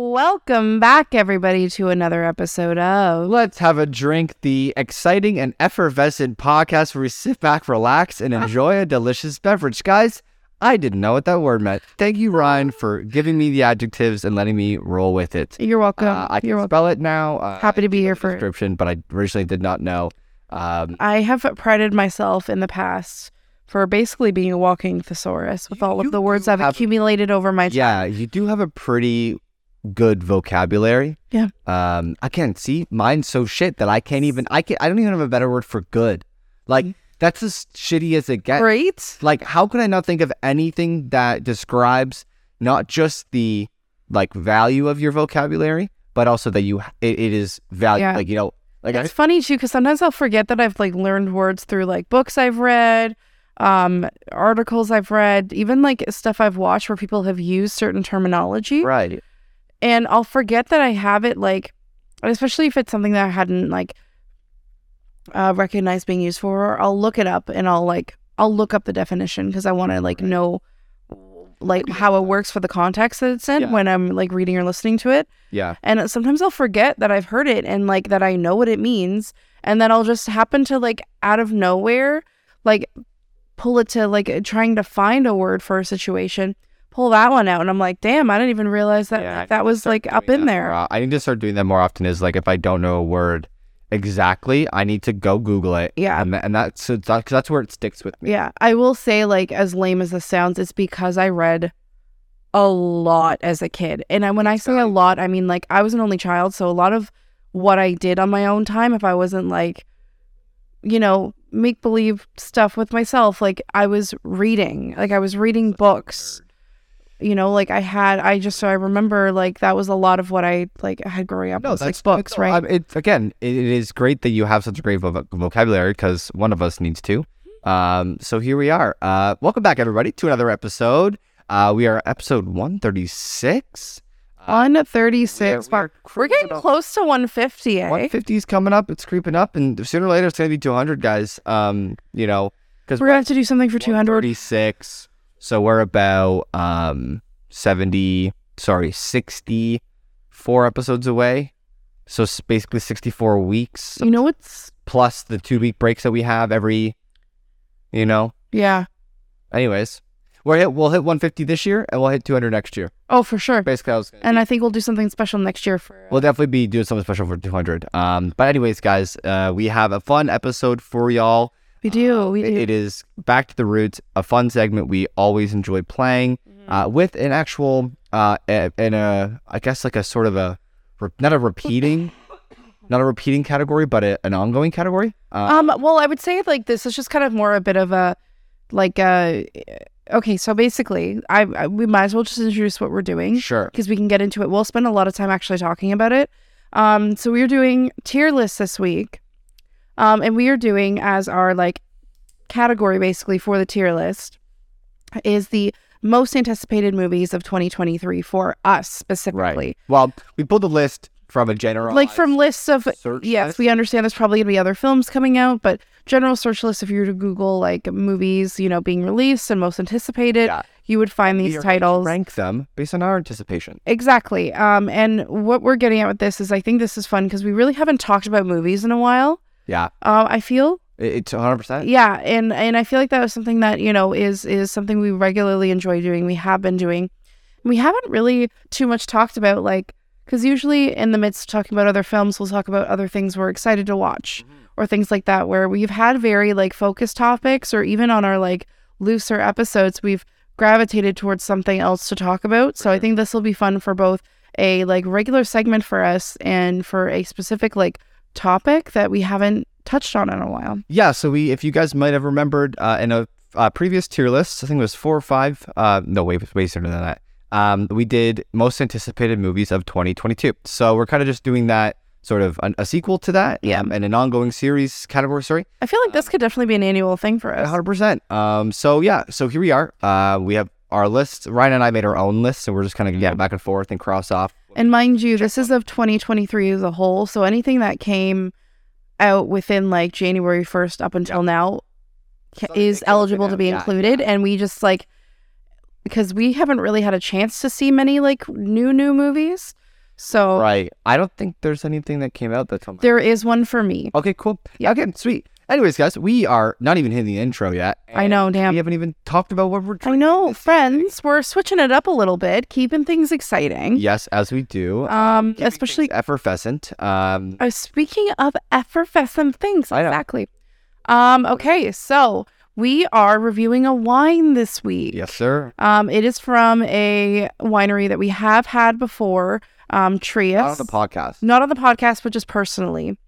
Welcome back, everybody, to another episode of. Let's have a drink, the exciting and effervescent podcast where we sit back, relax, and enjoy a delicious beverage. Guys, I didn't know what that word meant. Thank you, Ryan, for giving me the adjectives and letting me roll with it. You're welcome. Uh, I can You're welcome. spell it now. Uh, Happy to be here for. description, but I originally did not know. Um, I have prided myself in the past for basically being a walking thesaurus with You- all of you the words do I've have- accumulated over my time. yeah, you do have a pretty good vocabulary. Yeah. Um, I can't see mine's so shit that I can't even. I can. I don't even have a better word for good. Like Mm-hmm. that's as shitty as it gets. Great. like how could i not think of anything that describes not just the like value of your vocabulary but also that you it, it is value Yeah. like you know like It's funny too, because sometimes I'll forget that I've like learned words through like books I've read, um, articles I've read, even like stuff I've watched where people have used certain terminology. I, right and I'll forget that I have it like especially if it's something that I hadn't like uh recognized being used for I'll look it up and I'll like I'll look up the definition because I want to like know like how it works for the context that it's in Yeah. when I'm like reading or listening to it yeah and sometimes I'll forget that I've heard it and like that I know what it means and then I'll just happen to like out of nowhere like pull it to like trying to find a word for a situation pull that one out and I'm like damn I didn't even realize that Yeah, I that was like up in there Uh, i need to start doing that more often is like if i don't know a word exactly i need to go google it Yeah. and, tha- and that's so that, 'cause that's where it sticks with me yeah I will say like as lame as this sounds it's because I read a lot as a kid and I, when I say a Exactly. lot I mean like I was an only child so a lot of what I did on my own time if I wasn't like you know, make believe stuff with myself. Like I was reading, like I was reading books. You know, like I had, I just so I remember, like that was a lot of what I like I had growing up. was, like books, no, right? um, it's again, it, it is great that you have such a great vo- vocabulary because one of us needs to. Um, so here we are. Uh, welcome back, everybody, to another episode. Uh, we are episode one Uh, thirty six. On thirty six, we're, getting close to one fifty. One Eh? fifty is coming up. It's creeping up, and sooner or later it's gonna be two hundred, guys. Um, you know, because We're gonna have to do something for two hundred. thirty six. So we're about um seventy, sorry, sixty four episodes away. So s- basically sixty four weeks. You know what's? plus the two week breaks that we have every, you know. Yeah. Anyways, we're hit. We'll hit 150 this year, and we'll hit 200 next year. Oh, for sure. Basically, I was. Gonna, And I think we'll do something special next year for. we'll definitely be doing something special for 200. Um, but anyways, guys, uh, we have a fun episode for y'all. we do. Uh, We it- do. It is back to the roots, a fun segment we always enjoy playing Mm-hmm. uh, with an actual uh, a- and a I guess like a sort of a re- not a repeating, not a repeating category, but a, an ongoing category. Uh, Um, well, I would say like this is just kind of more a bit of a like a okay. So basically, I, I we might as well just introduce what we're doing sure. because we can get into it. We'll spend a lot of time actually talking about it. Um, so we're doing tier lists this week, um, and we are doing as our like category basically for the tier list is the most anticipated movies of 2023 for us specifically. Well, we pulled the list from a general Like from lists of search. Yes, list. we understand there's probably going to be other films coming out, but general search list, if you were to Google like movies, you know, being released and most anticipated, Yeah. you would find We these are going to titles. rank them based on our anticipation. Exactly. Um, and what we're getting at with this is I think this is fun because we really haven't talked about movies in a while. Yeah, Uh, I feel it- it's 100. percent yeah and and i feel like that was something that you know is is something we regularly enjoy doing we have been doing we haven't really too much talked about like because usually in the midst of talking about other films we'll talk about other things we're excited to watch or things like that where we've had very like focused topics or even on our like looser episodes we've gravitated towards something else to talk about so i sure. think this will be fun for both a like regular segment for us and for a specific like topic that we haven't touched on in a while Yeah, so we, if you guys might have remembered, uh, in a uh, previous tier list, I think it was four or five. Uh, no, way, way sooner than that. Um, we did most anticipated movies of 2022. So we're kind of just doing that sort of an, a sequel to that, Yeah. um, and an ongoing series category. Sorry, I feel like this could definitely be an annual thing for us. Um, hundred percent. Um, so yeah, so here we are. Uh, we have our list. Ryan and I made our own list, so we're just kind of yeah back and forth and cross off. Mm-hmm. And mind you, this is of 2023 as a whole. So anything that came out within like January 1st up until now ca- Something is that came up eligible and to be out, yeah, included. And we just like, because we haven't really had a chance to see many like new new movies. So Right. I don't think there's anything that came out that's on my. there is one for me. Okay, cool. Yeah. Okay, sweet. Anyways, guys, we are not even hitting the intro yet. I know, damn. We haven't even talked about what we're I doing. know, friends, we're switching it up a little bit, keeping things exciting. Yes, as we do. Um, keeping especially things effervescent. Um, uh, speaking of effervescent things, I know. exactly. Um, okay, so we are reviewing a wine this week. yes, sir. Um, it is from a winery that we have had before, um, Trius. Out on the podcast. Not on the podcast, but just personally.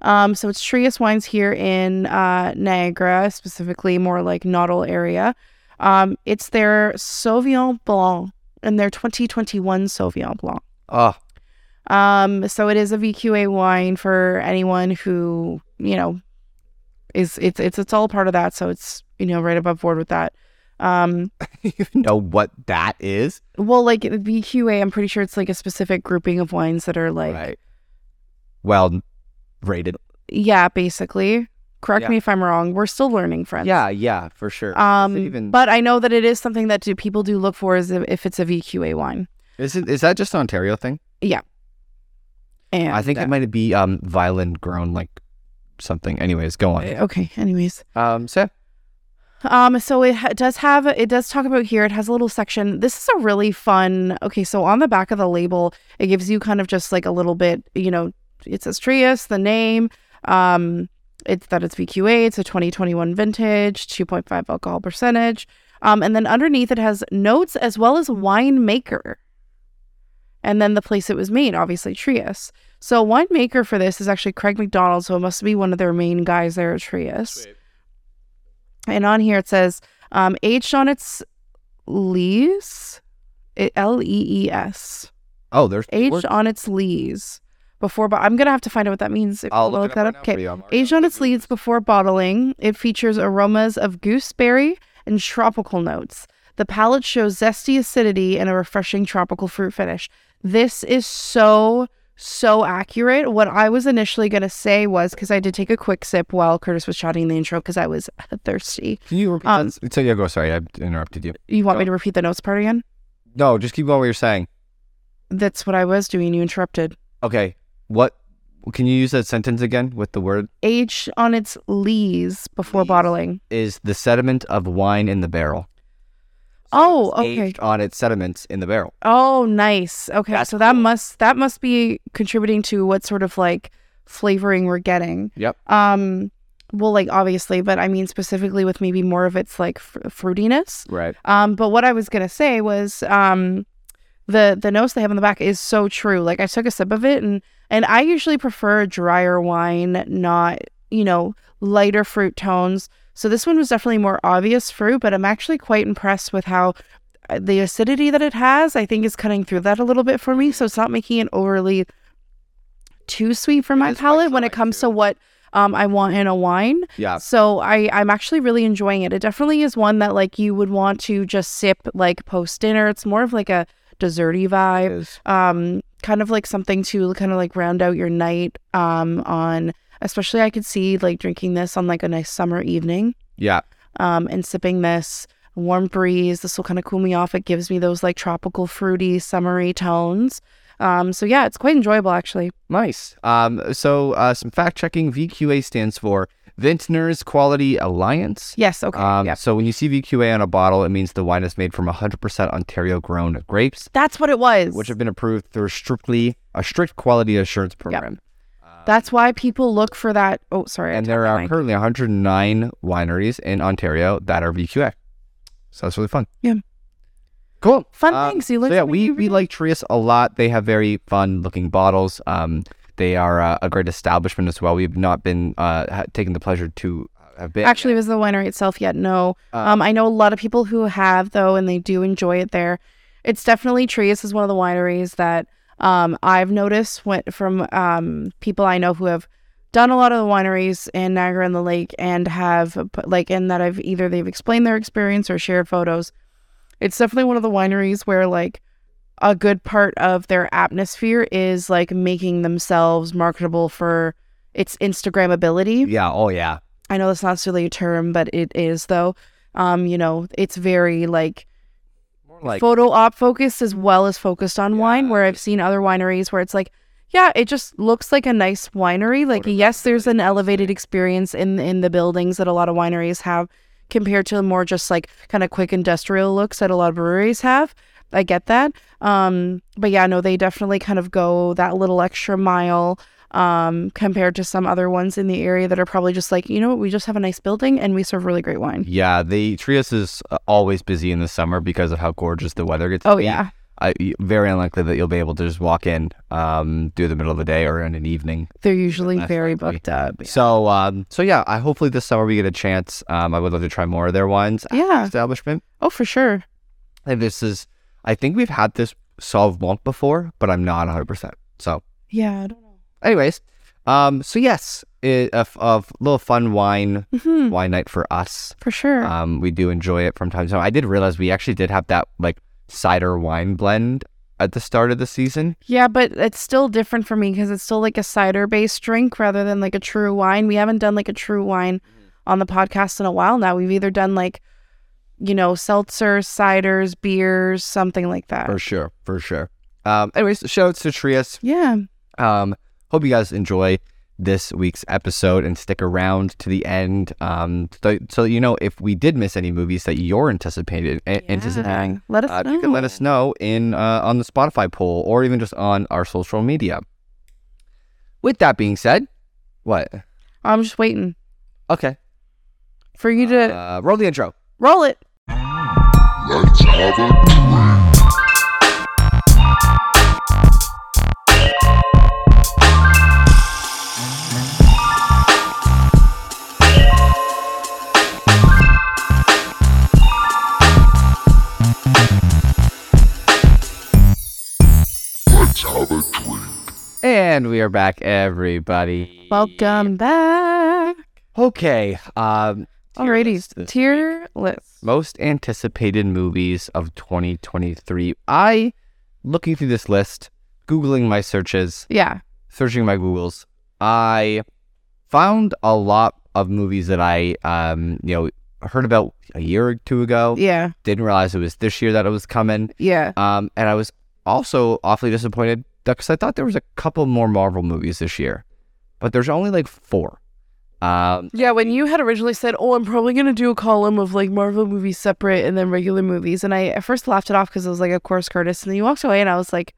Um, so it's Trius Wines here in uh, Niagara, specifically more like Noddle area. Um, it's their Sauvignon Blanc and their 2021 Sauvignon Blanc. Oh, Um, so it is a VQA wine for anyone who you know is it's it's it's all part of that. So it's you know right above board with that. Um, you know what that is? Well, like the BQA, I'm pretty sure it's like a specific grouping of wines that are like, right. Well, rated. yeah, basically. Correct Yeah. me if I'm wrong. We're still learning, friends. Yeah, yeah, for sure. Um, is it even- but I know that it is something that do people do look for is if if it's a VQA wine. Is it is that just an Ontario thing? And I think uh, it might be um violin grown like something. Anyways, go on. Okay. Anyways, Um, so um, so it ha- does have it does talk about here. It has a little section. This is a really fun. Okay, so on the back of the label, it gives you kind of just like a little bit. You know, it says Trius, the name. Um, it's that it's VQA, it's a 2021 vintage, 2.5 alcohol percentage. Um, and then underneath it has notes as well as winemaker. And then the place it was made, obviously Trius. So winemaker for this is actually Craig McDonald, so it must be one of their main guys there at Trius. Sweet. And on here it says um, aged on its lees, L E E S, oh, there's aged we're- on its lees before. But I'm gonna have to find out what that means. If I'll we'll look, it up right now Okay, for you. I'm already Aged on the its leaves Google. before bottling, it features aromas of gooseberry and tropical notes. The palate shows zesty acidity and a refreshing tropical fruit finish. This is so, so accurate. What I was initially going to say was because I did take a quick sip while Curtis was shouting the intro because I was thirsty. Can you repeat um, that? So yeah, go. Sorry, I interrupted you. You want Go. me to repeat the notes part again? No, just keep going. What you're saying. That's what I was doing. You interrupted. Okay. What? Can you use that sentence again with the word? Aged on its lees before Lees. bottling. Is the sediment of wine in the barrel? Oh, it's okay. aged on its sediments in the barrel. Oh, nice. Okay, That's so that cool. must that must be contributing to what sort of like flavoring we're getting. Yep. Um, well, like obviously, but I mean specifically with maybe more of its like fr- fruitiness. Right. Um, but what I was gonna say was um, the the notes they have on the back is so true. Like I took a sip of it, and and I usually prefer drier wine, not you know lighter fruit tones. So this one was definitely more obvious fruit, but I'm actually quite impressed with how uh, the acidity that it has. I think is cutting through that a little bit for me, so it's not making it overly too sweet for my is quite palate when it dry, comes too. to what um, I want in a wine. Yeah. So I I'm actually really enjoying it. It definitely is one that like you would want to just sip like post dinner. It's more of like a desserty It vibe. is. Um kind of like something to kind of like round out your night um on especially I could see like drinking this on like a nice summer evening Yeah. um and sipping this warm breeze. This will kind of cool me off. It gives me those like tropical fruity summery tones. Um so yeah, it's quite enjoyable actually. Nice. Um. So, uh, some fact checking. VQA stands for Vintners Quality Alliance. Yes, okay. Um, yeah. So when you see VQA on a bottle, it means the wine is made from 100% Ontario-grown grapes, That's what it was. which have been approved through strictly a strict quality assurance program. That's why people look for that. Oh, sorry. I And tapped there the are mic. currently 109 wineries in Ontario that are VQA. So that's really fun. Yeah. Cool. Fun Um, things. You learn so yeah, something we, new every we day. like Trius a lot. They have very fun looking bottles. Um, they are uh, a great establishment as well. We've not been uh, ha- taken the pleasure to uh, have been. Actually, it was the winery itself yet. No. Uh, um, I know a lot of people who have, though, and they do enjoy it there. It's definitely Trius is one of the wineries that um, I've noticed went from um, people I know who have done a lot of the wineries in Niagara and the Lake and have, put- like, and that I've either they've explained their experience or shared photos. It's definitely one of the wineries where, like, a good part of their atmosphere is like making themselves marketable for its Instagrammability. yeah. Oh, yeah. I know that's not necessarily a term, but it is though. Um, you know, it's very like like photo op focused as well as focused on wine where i've seen other wineries where it's like yeah it just looks like a nice winery like yes there's an elevated experience in in the buildings that a lot of wineries have compared to more just like kind of quick industrial looks that a lot of breweries have i get that um but yeah no they definitely kind of go that little extra mile um compared to some other ones in the area that are probably just like you know what we just have a nice building and we serve really great wine yeah, the Trias is uh, always busy in the summer because of how gorgeous the weather gets. to oh be. yeah I, y- very unlikely that you'll be able to just walk in um, through the middle of the day or in an evening. they're usually Less very likely. booked up So, um, so yeah, I hopefully this summer we get a chance. Um, I would love to try more of their wines. at the Yeah. establishment. oh for sure And this is, I think we've had this Sauve Blanc before, but I'm not 100. percent So, yeah I don't know. anyways, um, so yes, it, a, f- a f- little fun wine Mhm, wine night for us. for sure Um, we do enjoy it from time to time. I did realize we actually did have that like cider wine blend at the start of the season. Yeah, but it's still different for me because it's still like a cider based drink rather than like a true wine. We haven't done like a true wine Mm-hmm. on the podcast in a while now. We've either done like, you know, seltzer, ciders, beers, something like that. For sure, for sure. Um, anyways, shout outs to Trias. Yeah. Um, hope you guys enjoy this week's episode and stick around to the end. Um, so, so that you know if we did miss any movies that you're anticipated a- anticipating, Yeah. Let us uh, know. you can let us know in uh, on the Spotify poll or even just on our social media. With that being said, what? I'm just waiting Okay, for you to uh, roll the intro. roll it. Let's have a drink. Let's have a drink. And we are back, everybody. Welcome back. Okay. Um, list Alrighty. this Tier list. most anticipated movies of 2023. I, looking through this list, Googling my searches, Yeah. searching my Googles, I found a lot of movies that I, um, you know, heard about a year or two ago. Yeah. Didn't realize it was this year that it was coming. Yeah. Um, and I was also awfully disappointed because I thought there was a couple more Marvel movies this year, but there's only like four. Um, Yeah, when you had originally said, "Oh, I'm probably gonna do a column of like Marvel movies separate and then regular movies," and I at first laughed it off because it was like, "Of course, Curtis," and then you walked away, and I was like,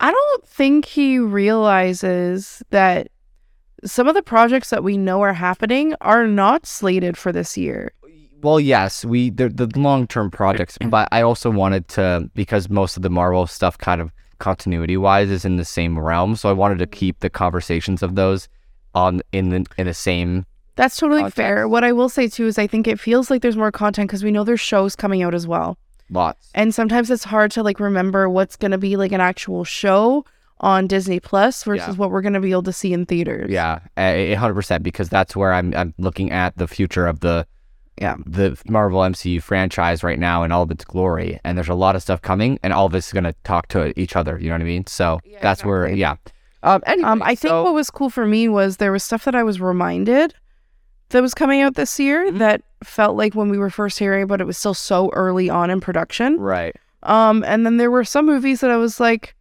"I don't think he realizes that some of the projects that we know are happening are not slated for this year." well, yes, we the, the long term projects, but I also wanted to because most of the Marvel stuff, kind of continuity wise, is in the same realm. So I wanted to keep the conversations of those on in the in the same. That's totally Context. fair. What I will say too is, I think it feels like there's more content because we know there's shows coming out as well. Lots. and sometimes it's hard to like remember what's going to be like an actual show on Disney Plus versus Yeah. what we're going to be able to see in theaters. Yeah, a hundred percent. Because that's where I'm. I'm looking at the future of the, Yeah. the Marvel MCU franchise right now in all of its glory. And there's a lot of stuff coming, and all of this is gonna talk to each other. You know what I mean? So Yeah, that's where, exactly. yeah. Um. Anyway, Um, I think so- what was cool for me was there was stuff that I was reminded that was coming out this year Mhm. that felt like when we were first hearing, but it was still so early on in production. right. Um, and then there were some movies that I was like,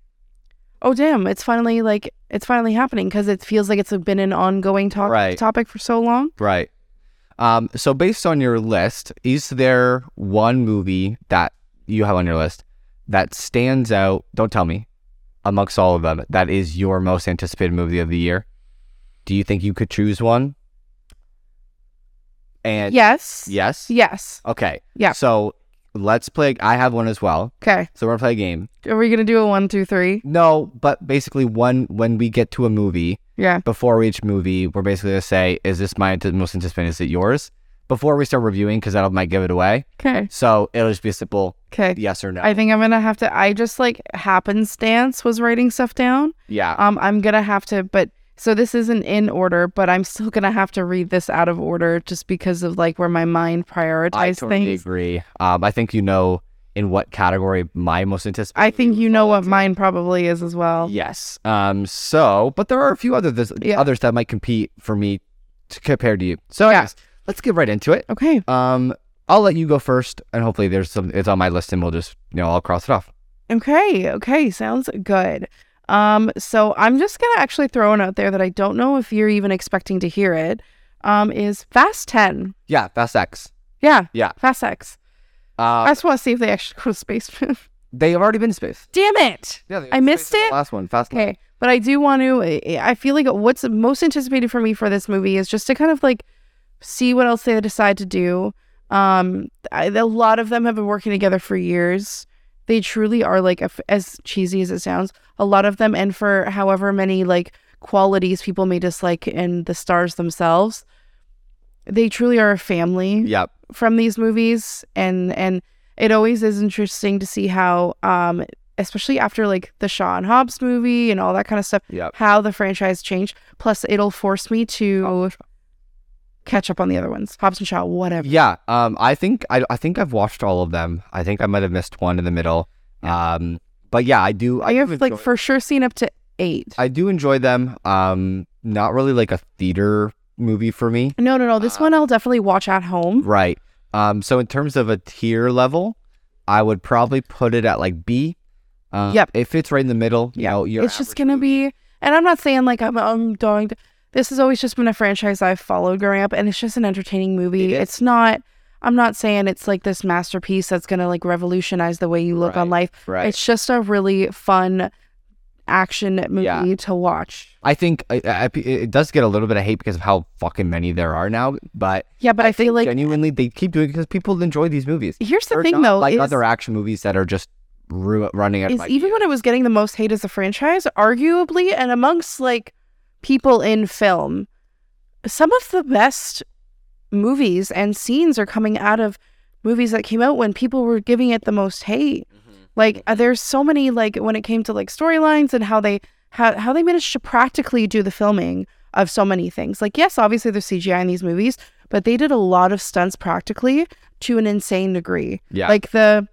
oh damn, it's finally like it's finally happening because it feels like it's been an ongoing talk- Right. topic for so long. Right. Um, so based on your list, is there one movie that you have on your list that stands out? Don't tell me amongst all of them that is your most anticipated movie of the year. Do you think you could choose one? And yes. yes, Yes. okay, Yeah. So let's play. I have one as well. Okay. So we're gonna play a game. Are we gonna do a one, two, three? No, but basically, one when we get to a movie, Yeah. before each movie, we're basically gonna say, "Is this my ant- most anticipated? Is it yours?" Before we start reviewing, because that might give it away. Okay. So it'll just be a simple Okay. yes or no. I think I'm gonna have to. I just like happenstance was writing stuff down. yeah, Um, I'm gonna have to, but so this isn't in order, but I'm still gonna have to read this out of order just because of like where my mind prioritized I totally things. agree. Um, I think you know in what category my most anticipated. I think you know what mine probably is as well. yes. Um. So, but there are a few other this, Yeah. others that might compete for me to, compared to you. So Yeah. yes, let's get right into it. Okay. Um. I'll let you go first, and hopefully there's some. It's on my list, and we'll just you know I'll cross it off. Okay, okay, sounds good. Um, so I'm just gonna actually throw one out there that I don't know if you're even expecting to hear it. Um, is Fast Ten? Yeah, Fast X. Yeah, Yeah. Fast X. I Uh, just want to see if they actually go to space. they have already been to space. Damn it! Yeah, they I missed the it? Last one, Fast. Nine. Okay, but I do want to. eh, I I feel like what's most anticipated for me for this movie is just to kind of like see what else they decide to do. Um, I, a lot of them have been working together for years. They truly are like, if- as cheesy as it sounds, a lot of them, and for however many like qualities people may dislike in the stars themselves, they truly are a family Yep. from these movies and and it always is interesting to see how um especially after like the Shaw and Hobbs movie and all that kind of stuff Yep. how the franchise changed plus it'll force me to catch up on the other ones Hobbs and Shaw whatever Yeah. Um. I think I. I think I've watched all of them. I think I might have missed one in the middle. Um. But yeah, I do. I do have like enjoy- for sure seen up to 8 I do enjoy them. Um. Not really like a theater movie for me. no no no this Uh, one I'll definitely watch at home Right. Um. So in terms of a tier level, I would probably put it at like B. Um, Yep. It fits right in the middle. You Yeah. know, your it's just average gonna movie. be and I'm not saying like I'm I'm dogged this has always just been a franchise I've followed growing up and it's just an entertaining movie. It is. it's not I'm not saying it's like this masterpiece that's gonna like revolutionize the way you look on life. right. It's just a really fun action movie Yeah. to watch. I think I, I, it- it does get a little bit of hate because of how fucking many there are now. But Yeah, but I, feel like genuinely, they keep doing it because people enjoy these movies. here's the They're thing not though like is, other action movies that are just ru- running out of is even ideas. when it was getting the most hate as a franchise, arguably, and amongst like people in film, some of the best movies and scenes are coming out of movies that came out when people were giving it the most hate. Like uh, there's so many like when it came to like storylines and how they how how they managed to practically do the filming of so many things. Like yes, obviously there's CGI in these movies, but they did a lot of stunts practically to an insane degree. yeah, Like the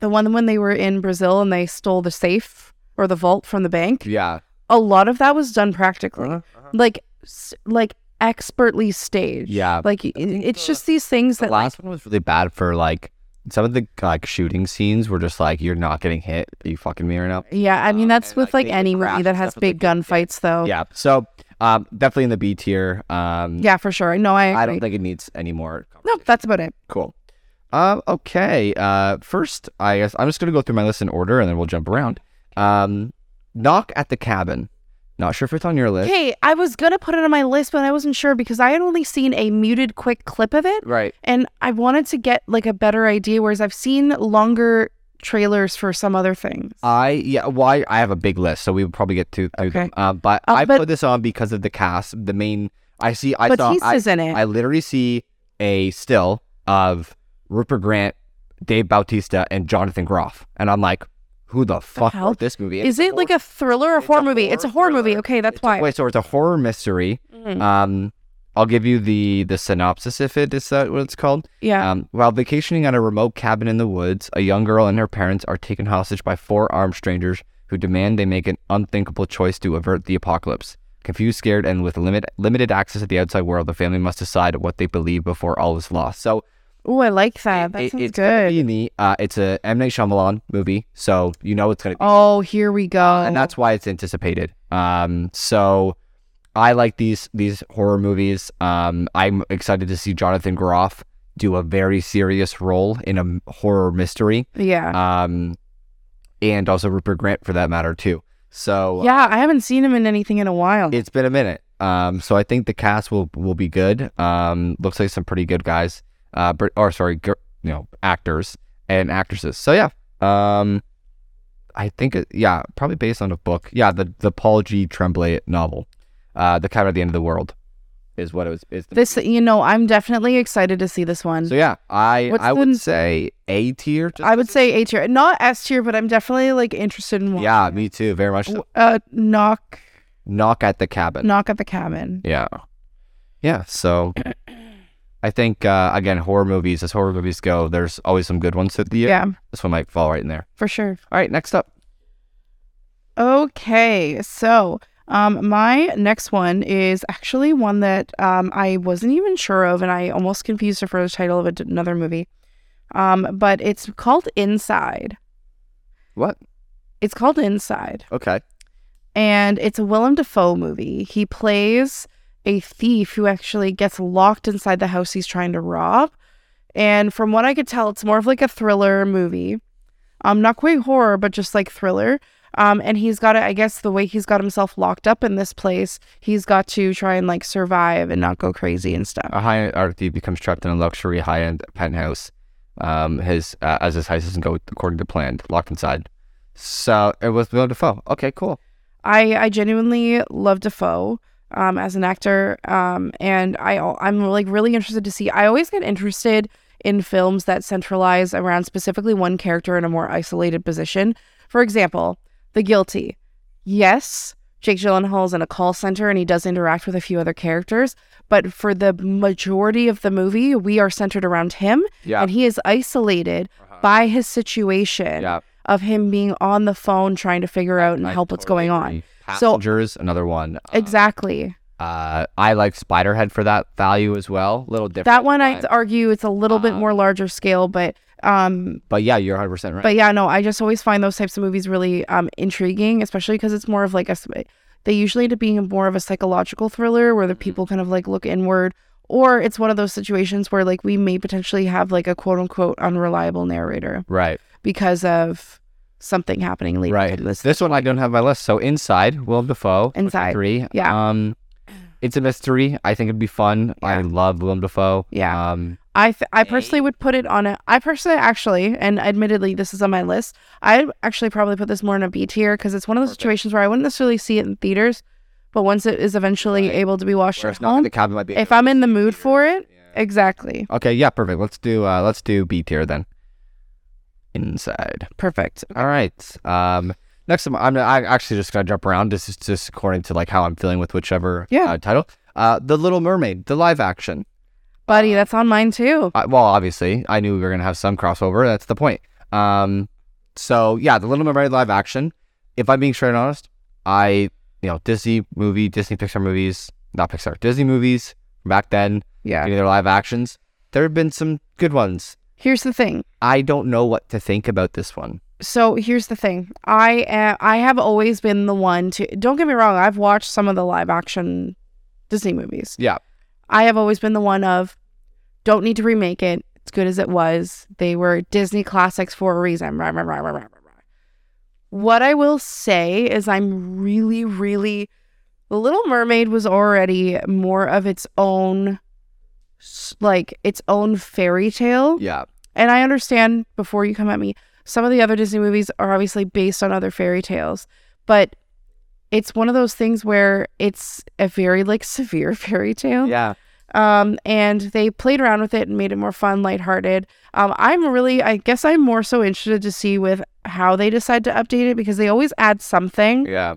the one when they were in Brazil and they stole the safe or the vault from the bank. yeah, A lot of that was done practically. Uh-huh. Like s- like expertly staged. Yeah. Like it, think it's the- just these things The that like, last one was really bad for like some of the like shooting scenes were just like you're not getting hit. Are you fucking me right now? yeah, I mean um, that's and, with like, like they any crash movie that and has stuff with, like, big gunfights though. Yeah. So um, definitely in the B tier. Um, Yeah, for sure. No, I agree. I don't think it needs any more. no, that's about it. Cool. Um, okay. Uh, first, I guess I'm just gonna go through my list in order, and then we'll jump around. Um, knock at the cabin. Not sure if it's on your list. Okay, I was gonna put it on my list, but I wasn't sure because I had only seen a muted quick clip of it, Right. and I wanted to get like a better idea. Whereas I've seen longer trailers for some other things. I yeah. Well, I, I have a big list, so we would probably get to. through Okay. them. Uh, but Uh, I but- put this on because of the cast. The main. I see. I but saw. he's I, in it. I literally see a still of Rupert Grant, Dave Bautista, and Jonathan Groff, and I'm like, who the fuck hell? wrote this movie? Is it like a thriller or it's a horror movie? It's a horror horror movie. thriller. Okay, that's It's a- why. wait, so it's a horror mystery. Mhm. Um, I'll give you the the synopsis if it is that what it's called. yeah. Um, while vacationing at a remote cabin in the woods, a young girl and her parents are taken hostage by four armed strangers who demand they make an unthinkable choice to avert the apocalypse. Confused, scared, and with limit, limited access to the outside world, the family must decide what they believe before all is lost. So oh, I like that. That it- sounds it's gonna good. be neat. Uh, it's a M Night Shyamalan movie, so you know it's gonna be oh, here we go. and that's why it's anticipated. Um, so I like these these horror movies. Um, I'm excited to see Jonathan Groff do a very serious role in a m- horror mystery, yeah. um, and also Rupert Grant for that matter too. So yeah, I haven't seen him in anything in a while. it's been a minute. Um, so I think the cast will will be good. Um, looks like some pretty good guys. Uh, but, or sorry, gir you know, actors and actresses. So yeah. Um, I think it, yeah, probably based on a book. Yeah, the the Paul G. Tremblay novel, uh, The Cabin at the End of the World, is what it was. Is the, this, you know, I'm definitely excited to see this one. so yeah, I What's I the- would say A tier. just- I would say A tier, not S tier, but I'm definitely like interested in watching. yeah, it. me too. Very much. So. W- Uh, knock, Knock at the cabin. knock at the cabin. Yeah. Yeah. So I think, uh, again, horror movies, as horror movies go, there's always some good ones through the year. Yeah, This one might fall right in there. for sure. All right. Next up. Okay, so Um, my next one is actually one that um, I wasn't even sure of, and I almost confused it for the title of a d- another movie. Um, but it's called Inside. What? It's called Inside, Okay. and it's a Willem Dafoe movie. He plays a thief who actually gets locked inside the house he's trying to rob. And from what I could tell, it's more of like a thriller movie. Um, not quite horror, but just like thriller. Um, and he's got to, I guess, the way he's got himself locked up in this place, he's got to try and like survive and not go crazy and stuff. A high-end art thief becomes trapped in a luxury high-end penthouse. Um, his uh, as his heist doesn't go according to plan, locked inside. So it was Willem Dafoe. Okay, cool. I I genuinely love Defoe um, as an actor, um, and I al- I'm like really interested to see. I always get interested in films that centralize around specifically one character in a more isolated position. For example, The Guilty. Yes, Jake Gyllenhaal's in a call center and he does interact with a few other characters, but for the majority of the movie, we are centered around him, Yeah. Uh-huh. and he is isolated by his situation yeah. of him being on the phone trying to figure out and help what's going on. So- Passengers, another one. Exactly. Uh, I like Spiderhead for that value as well. Little different. That one I but- argue it's a little Um, bit more larger scale, but um But yeah, you're 100 percent right. but yeah, no, I just always find those types of movies really um intriguing, especially cuz it's more of like a s- they usually end up being more of a psychological thriller where the Mm-hmm. people kind of like look inward or it's one of those situations where like we may potentially have like a quote unquote unreliable narrator right. because of something happening later. Right. in this- This one I don't have on my list. So inside, Willem Dafoe. with Inside, Three. yeah. Um, it's a mystery. I think it'd be fun. I love Willem Dafoe. Yeah. Um, I, th- I personally would put it on a. I personally actually, and admittedly, this is on my list. I actually probably put this more in a B tier because it's one of those situations where I wouldn't necessarily see it in theaters, but once it is eventually able to be watched where at it's not in home, the cabin might be. Oh, if I'm in the mood for it, exactly, Okay. Yeah. Perfect. Let's do. Uh, let's do B tier then. Inside. perfect. All right. Um, next, I'm, I'm I actually just gonna jump around. This is just according to like how I'm feeling with whichever Yeah. uh, title. Uh, the Little Mermaid, the live action. Buddy, Um, that's on mine too. I, well, obviously, I knew we were gonna have some crossover. That's the point. Um, so yeah, the Little Mermaid live action. If I'm being straight and honest, I you know Disney movie, Disney Pixar movies, not Pixar, Disney movies back then, Yeah. any of their live actions. There have been some good ones. Here's the thing. I don't know what to think about this one. So here's the thing. I am, I have always been the one to. Don't get me wrong. I've watched some of the live action Disney movies. Yeah, I have always been the one of don't need to remake it. It's good as it was. They were Disney classics for a reason. Rah, rah, rah, rah, rah, rah, rah. What I will say is I'm really, really The Little Mermaid was already more of its own s- like its own fairy tale. yeah, And I understand before you come at me, some of the other Disney movies are obviously based on other fairy tales, but it's one of those things where it's a very like severe fairy tale yeah. um, and they played around with it and made it more fun, lighthearted. Um, I'm really, I guess, I'm more so interested to see with how they decide to update it because they always add something Yeah.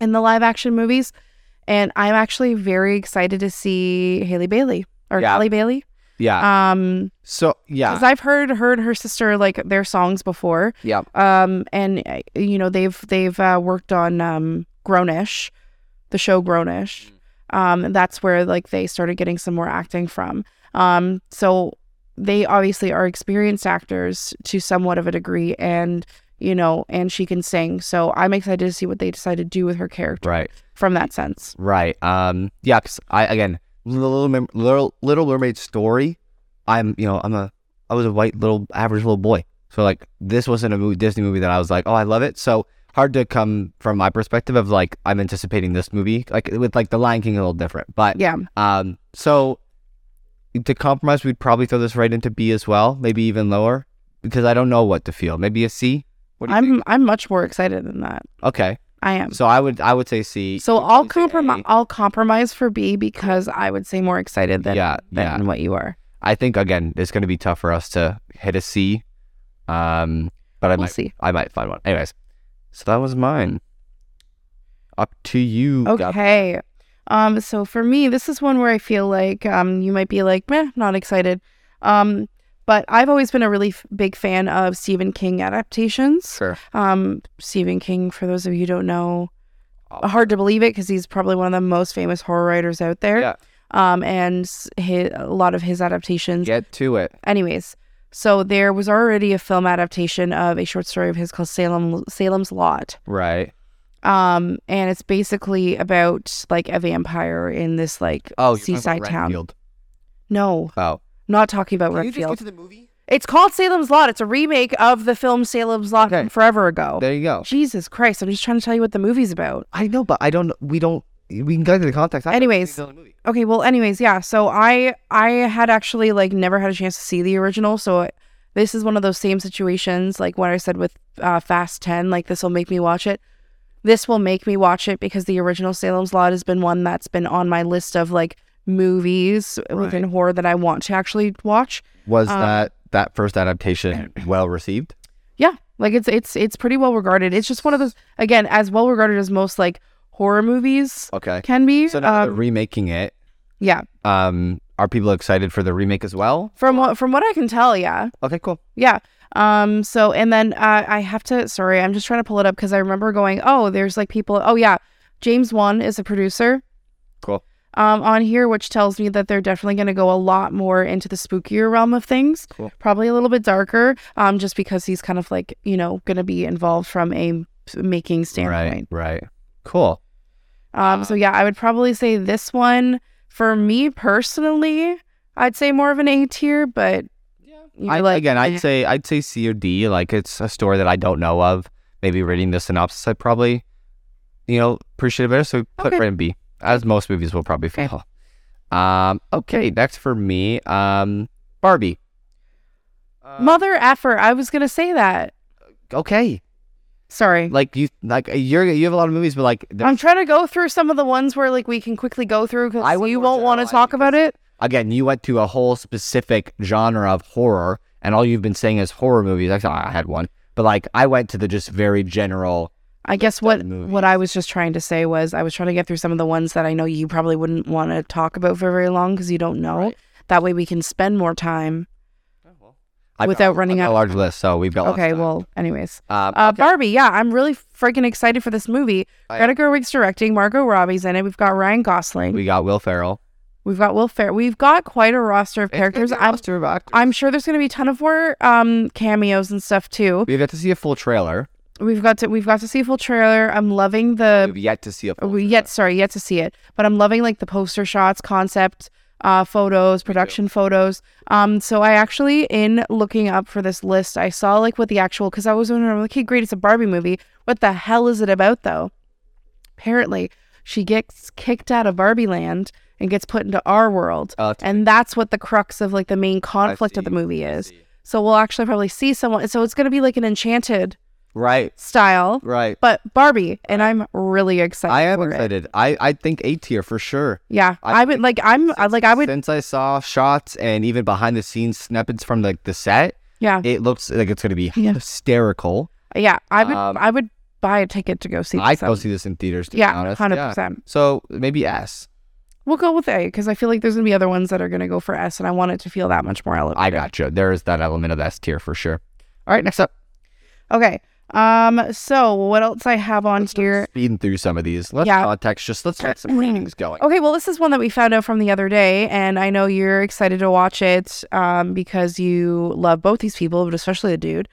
in the live action movies, and I'm actually very excited to see Haley Bailey or Yeah. Halle Bailey. Yeah. Um, so yeah. because I've heard heard her sister like their songs before. yeah. Um, and uh, you know they've they've uh, worked on um Grownish, the show Grownish. Mm. Um, and that's where like they started getting some more acting from. Um, so they obviously are experienced actors to somewhat of a degree, and you know, and she can sing. So I'm excited to see what they decide to do with her character Right. from that sense. Right. Um. Yeah. 'cause I again, little Merm- little Little Mermaid story. I'm you know I'm a I was a white little average little boy. So like this wasn't a movie, Disney movie that I was like oh I love it. So hard to come from my perspective of like I'm anticipating this movie like with like the Lion King a little different. But Yeah, um. So to compromise, we'd probably throw this right into B as well, maybe even lower because I don't know what to feel. Maybe a C. What do you I'm think? I'm much more excited than that. Okay. I am. So I would I would say C. So You I'll would say E A. compromise. I'll compromise for B because I would say more excited than Yeah, than what you are. I think again it's going to be tough for us to hit a C. Um, but I We'll might see. I might find one. Anyways, so that was mine. Up to you. Gab. Okay. Um, so for me, this is one where I feel like um, you might be like, meh, not excited. Um, but I've always been a really f- big fan of Stephen King adaptations. Sure. Um, Stephen King, for those of you who don't know, hard to believe it because he's probably one of the most famous horror writers out there. Yeah. Um, and s- hi a lot of his adaptations. Get to it. Anyways, so there was already a film adaptation of a short story of his called Salem Salem's Lot. Right. Um, and it's basically about like a vampire in this like Oh, you're talking about seaside town. Renfield. No, Oh. not talking about Redfield. the movie? It's called Salem's Lot. It's a remake of the film Salem's Lot Okay. from forever ago. There you go. Jesus Christ! I'm just trying to tell you what the movie's about. I know, but I don't. We don't. We can go to the context. I don't Anyways. think it's the movie. Okay, well, anyways, yeah. So I I had actually like never had a chance to see the original, so it, this is one of those same situations like what I said with uh, Fast Ten. Like this will make me watch it. This will make me watch it because the original Salem's Lot has been one that's been on my list of like movies within horror that I want to actually watch. was Um, that that first adaptation well received? Yeah, like it's it's it's pretty well regarded. It's just one of those again as well regarded as most like horror movies Okay. can be. So now they're Um, remaking it. yeah, Um, are people excited for the remake as well? from what from what I can tell, yeah. Okay, cool. Yeah. Um. So and then uh, I have to. Sorry, I'm just trying to pull it up because I remember going. Oh, there's like people. Oh yeah, James Wan is a producer. Cool. Um, on here, which tells me that they're definitely going to go a lot more into the spookier realm of things. Cool. Probably a little bit darker. Um, just because he's kind of like you know going to be involved from a making standpoint. Right. Right. Cool. Um. So yeah, I would probably say this one for me personally. I'd say more of an A tier, but you I, like- again, I'd say I'd say C or D. Like it's a story that I don't know of. Maybe reading the synopsis, I would probably, you know, appreciate it better. So put Okay. okay. in B, as most movies will probably Okay. fail. Um. Okay. Next for me, um, Barbie. Uh, mother effer. I was going to say that. Okay. Sorry. Like you, like you're you have a lot of movies, but like there- I'm trying to go through some of the ones where like we can quickly go through I because went you more won't want to generalized talk about it. again, you went to a whole specific genre of horror, and all you've been saying is horror movies. Actually, I had one, but like I went to the just very general. I guess what movies. what I was just trying to say was I was trying to get through some of the ones that I know you probably wouldn't want to talk about for very long because you don't know. Right. That way we can spend more time. Oh, Without running out out- a large list, so we've got lots okay, of time. well, anyways. Um, Uh, okay. Barbie, yeah, I'm really freaking excited for this movie. I- Greta Gerwig's directing, Margot Robbie's in it. We've got Ryan Gosling. we got Will Ferrell. We've got Will Ferrell. We've got quite a roster of characters. I'm I'm sure there's going to be a ton of more um, cameos and stuff too. We've yet to see a full trailer. We've got to we've got to see a full trailer. I'm loving the We've yet to see a full. we yet sorry yet to see it, but I'm loving like the poster shots, concept uh, photos, production photos. Um, so I actually in looking up for this list, I saw like what the actual because I was wondering, okay, great, it's a Barbie movie. What the hell is it about though? Apparently, she gets kicked out of Barbie Land and gets put into our world, Uh, and that's what the crux of like the main conflict of the see, movie is. So we'll actually probably see someone. So it's going to be like an Enchanted right, style right. but Barbie, and I'm really excited. I am for it. excited. I, I think A tier for sure. Yeah, I I, would like. I'm I- like I would. Since I saw shots and even behind the scenes snippets from like the set, Yeah, it looks like it's going to be Yeah. hysterical. yeah. I would. um, I would buy a ticket to go see. I This go um, see this in theaters. To be yeah, honest. hundred Yeah. percent. So maybe S. We'll go with A because I feel like there's gonna be other ones that are gonna go for S, and I want it to feel that much more elevated. I got you. There is that element of S tier for sure. All right, next up, Okay. Um. So what else I have on here? speeding through some of these. Let's Yeah. Oh, context. Just let's get some ratings going. Okay, well, this is one that we found out from the other day, and I know you're excited to watch it um, because you love both these people, but especially the dude.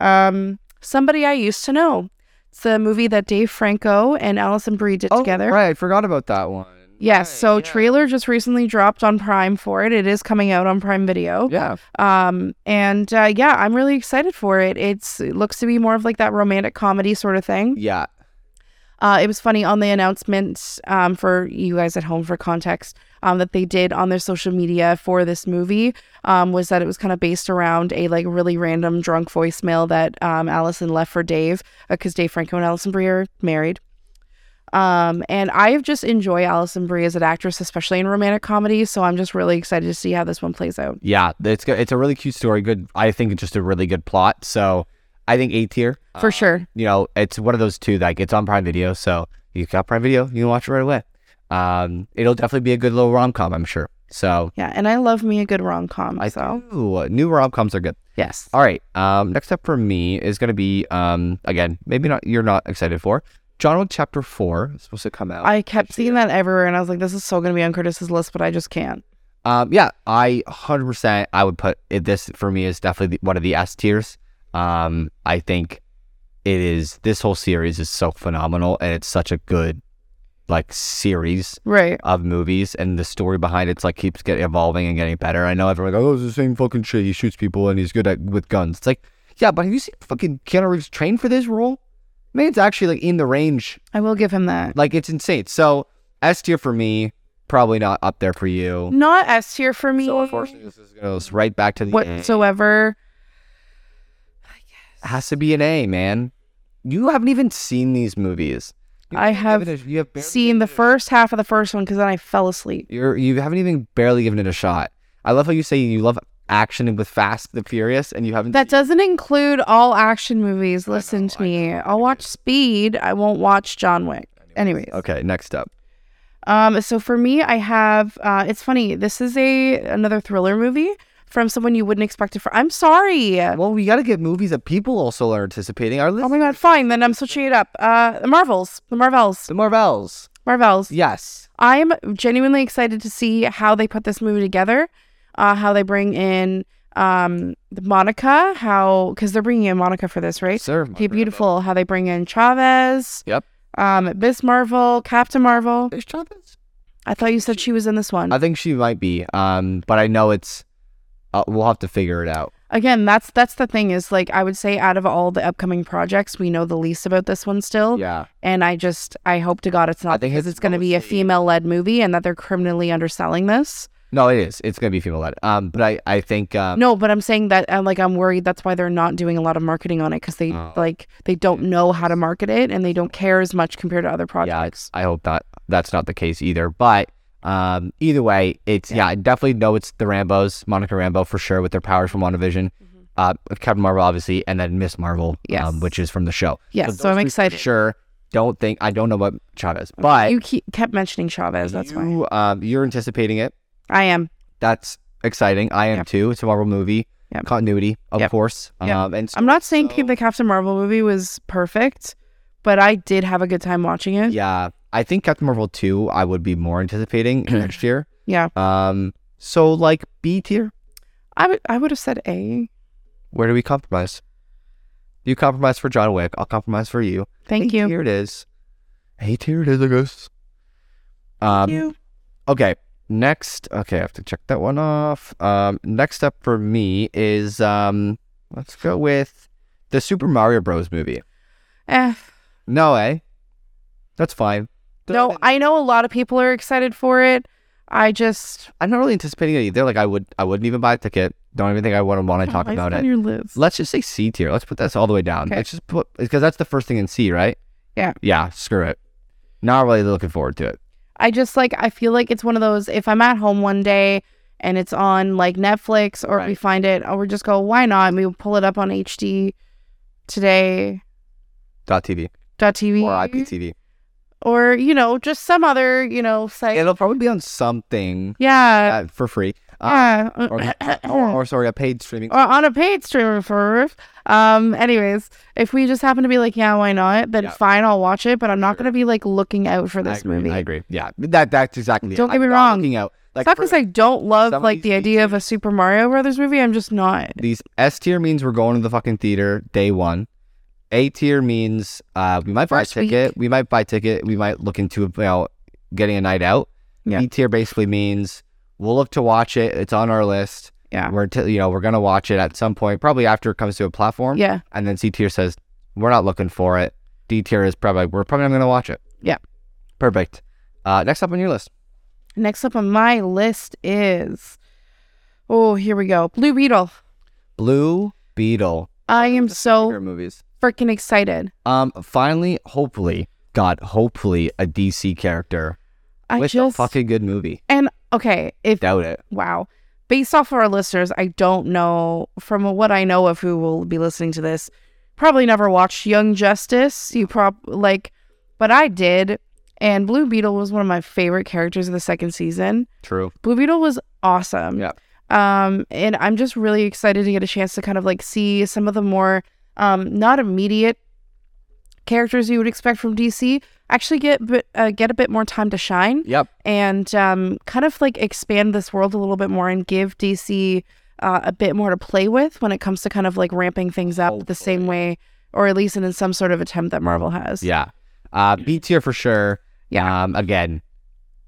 Um, Somebody I used to know. It's the movie that Dave Franco and Allison Brie did Oh, together. Right, I forgot about that one. Yes, Right, so yeah. trailer just recently dropped on Prime for it. It is coming out on Prime Video. Yeah, Um, and uh, yeah, I'm really excited for it. It's it looks to be more of like that romantic comedy sort of thing. yeah. Uh, it was funny on the announcement um, for you guys at home for context um, that they did on their social media for this movie um, was that it was kind of based around a like really random drunk voicemail that um, Allison left for Dave because Dave Franco and Allison Brie are married. Um, and I just enjoy Allison Brie as an actress, especially in romantic comedies. So I'm just really excited to see how this one plays out. Yeah, it's go- it's a really cute story. Good, I think it's just a really good plot. So I think A tier For sure. You know, it's one of those two. Like it's on Prime Video, so you got Prime Video, you can watch it right away. Um, it'll definitely be a good little rom com, I'm sure. So Yeah. And I love me a good rom com. I So, do. new rom coms are good. yes. All right. Um, next up for me is gonna be um again maybe not you're not excited for John Wick Chapter Four is supposed to come out. I kept seeing that everywhere, and I was like, "This is so going to be on Curtis's list," but I just can't. Um, yeah, I hundred percent. I would put it, this for me is definitely the, one of the S tiers. Um, I think it is. This whole series is so phenomenal, and it's such a good like series Right. of movies, and the story behind it's like keeps getting evolving and getting better. I know everyone's like, oh, it's the same fucking shit. He shoots people and he's good at with guns. It's like, yeah, but have you seen fucking Keanu Reeves train for this role? Man's actually like in the range I will give him that. like it's insane. So S tier for me, probably not up there for you. Not S tier for me So unfortunately, this is goes right back to the A. whatsoever. has to be an A, man. You haven't even seen these movies. You I haven't have given it a- you have barely Seeing the given it first half of the first one because then I fell asleep. a- You're you haven't even barely given it a shot. I love how you say you love action with Fast the Furious, and you haven't. That seen- doesn't include all action movies. Listen know, to I me. I'll watch Speed. I won't watch John Wick. Anyways. Okay, next up. Um, so for me, I have. Uh, it's funny. This is a another thriller movie from someone you wouldn't expect it from. I'm sorry. Uh, Well, we got to get movies that people also are anticipating. Our list. Oh my god. Fine. Then I'm switching it up. Uh, the Marvels. The Marvels. The Marvels. Marvels. Yes. I'm genuinely excited to see how they put this movie together, uh, how they bring in um, Monica, how because they're bringing in Monica for this, right? Sir. Okay, beautiful. How they bring in Chavez. Yep. Um, Miss Marvel, Captain Marvel. Is Chavez I thought you said she was in this one. I think she might be. Um, but I know it's. Uh, we'll have to figure it out. Again, that's that's the thing is like I would say out of all the upcoming projects, we know the least about this one still, Yeah, and I just I hope to God it's not think because it's it's going to be a mostly- female led movie and that they're criminally underselling this. no, it is. It's gonna be female led. Um, but I, I think. Um, No, but I'm saying that I'm like I'm worried that's why they're not doing a lot of marketing on it because they Oh. like they don't know how to market it and they don't care as much compared to other yeah, projects. I hope not. That's not the case either. But um, either way, it's yeah. I definitely know it's the Rambo's, Monica Rambo for sure, with their powers from WandaVision. Uh, Captain Marvel obviously, and then Miss Marvel, Mm-hmm. Yes. um, which is from the show. Yes, so those I'm three for excited. Sure, don't think I don't know about Chavez, but you keep, kept mentioning Chavez. That's why you, um, you're anticipating it. I am. That's exciting. I am Yep. too. It's a Marvel movie. Yep. Continuity, of Yep. course. Yep. Um, and I'm not saying so- the Captain Marvel movie was perfect, but I did have a good time watching it. yeah, I think Captain Marvel 2 I would be more anticipating next year. Yeah. Um, so like B tier, I would I would have said A. where do we compromise? You compromise for John Wick. I'll compromise for you. Thank you. Here it is. A tier it is, I guess. Um, Thank you. Okay. Next, okay, I have to check that one off. Um, next up for me is um, let's go with the Super Mario Bros. movie. Eh. No, eh? That's fine. No, I know a lot of people are excited for it. I just I'm not really anticipating it either. Like, I would, I wouldn't even buy a ticket. Don't even think I would want to talk Why is about on oh, it. your list. Let's just say C tier. Let's put this all the way down. Okay. Let's just put because that's the first thing in C, right? Yeah. Yeah. Screw it. Not really looking forward to it. I just like I feel like it's one of those if I'm at home one day and it's on like Netflix or we Right. find it or we just go why not and we pull it up on HD today Dot TV dot TV or IPTV. or you know just some other you know site It'll probably be on something yeah uh, for free. Uh, yeah or, or, or sorry, a paid streaming. on a paid streamer for um anyways if we just happen to be like yeah why not then Yeah. fine I'll watch it but I'm not Sure. gonna be like looking out for I this agree, movie I agree. Yeah. That that's exactly. it. Don't get I'm me not wrong. Looking out. Like it's not for- because I don't love some of like these E the idea of a features- Super Mario Brothers movie I'm just not These S tier means we're going to the fucking theater day one. A tier means uh, we might buy First a ticket. We might buy a ticket. We might look into you know, getting a night out. Yeah. B tier basically means we'll look to watch it. It's on our list. Yeah. We're t- you know we're gonna watch it at some point, probably after it comes to a platform. yeah And then C tier says we're not looking for it. D tier is probably we're probably not gonna watch it. Yeah. Perfect. Uh, next up on your list. Next up on my list is oh, here we go, Blue Beetle. Blue Beetle. I am so Superhero movies. freaking excited. Um, finally, hopefully, God, hopefully, a DC character I with just a fucking good movie. and okay, if Doubt it. wow, based off of our listeners, I don't know from what I know of who will be listening to this. Probably never watched Young Justice. You prob like, but I did, and Blue Beetle was one of my favorite characters of the second season. True. Blue Beetle was awesome. Yeah. Um, and I'm just really excited to get a chance to kind of like see some of the more um not immediate characters you would expect from DC actually get bit, uh, get a bit more time to shine Yep. and um, kind of like expand this world a little bit more and give DC uh, a bit more to play with when it comes to kind of like ramping things up the same way, or at least in some sort of attempt that Marvel has. Yeah. Uh, B tier for sure. Yeah. Um, again,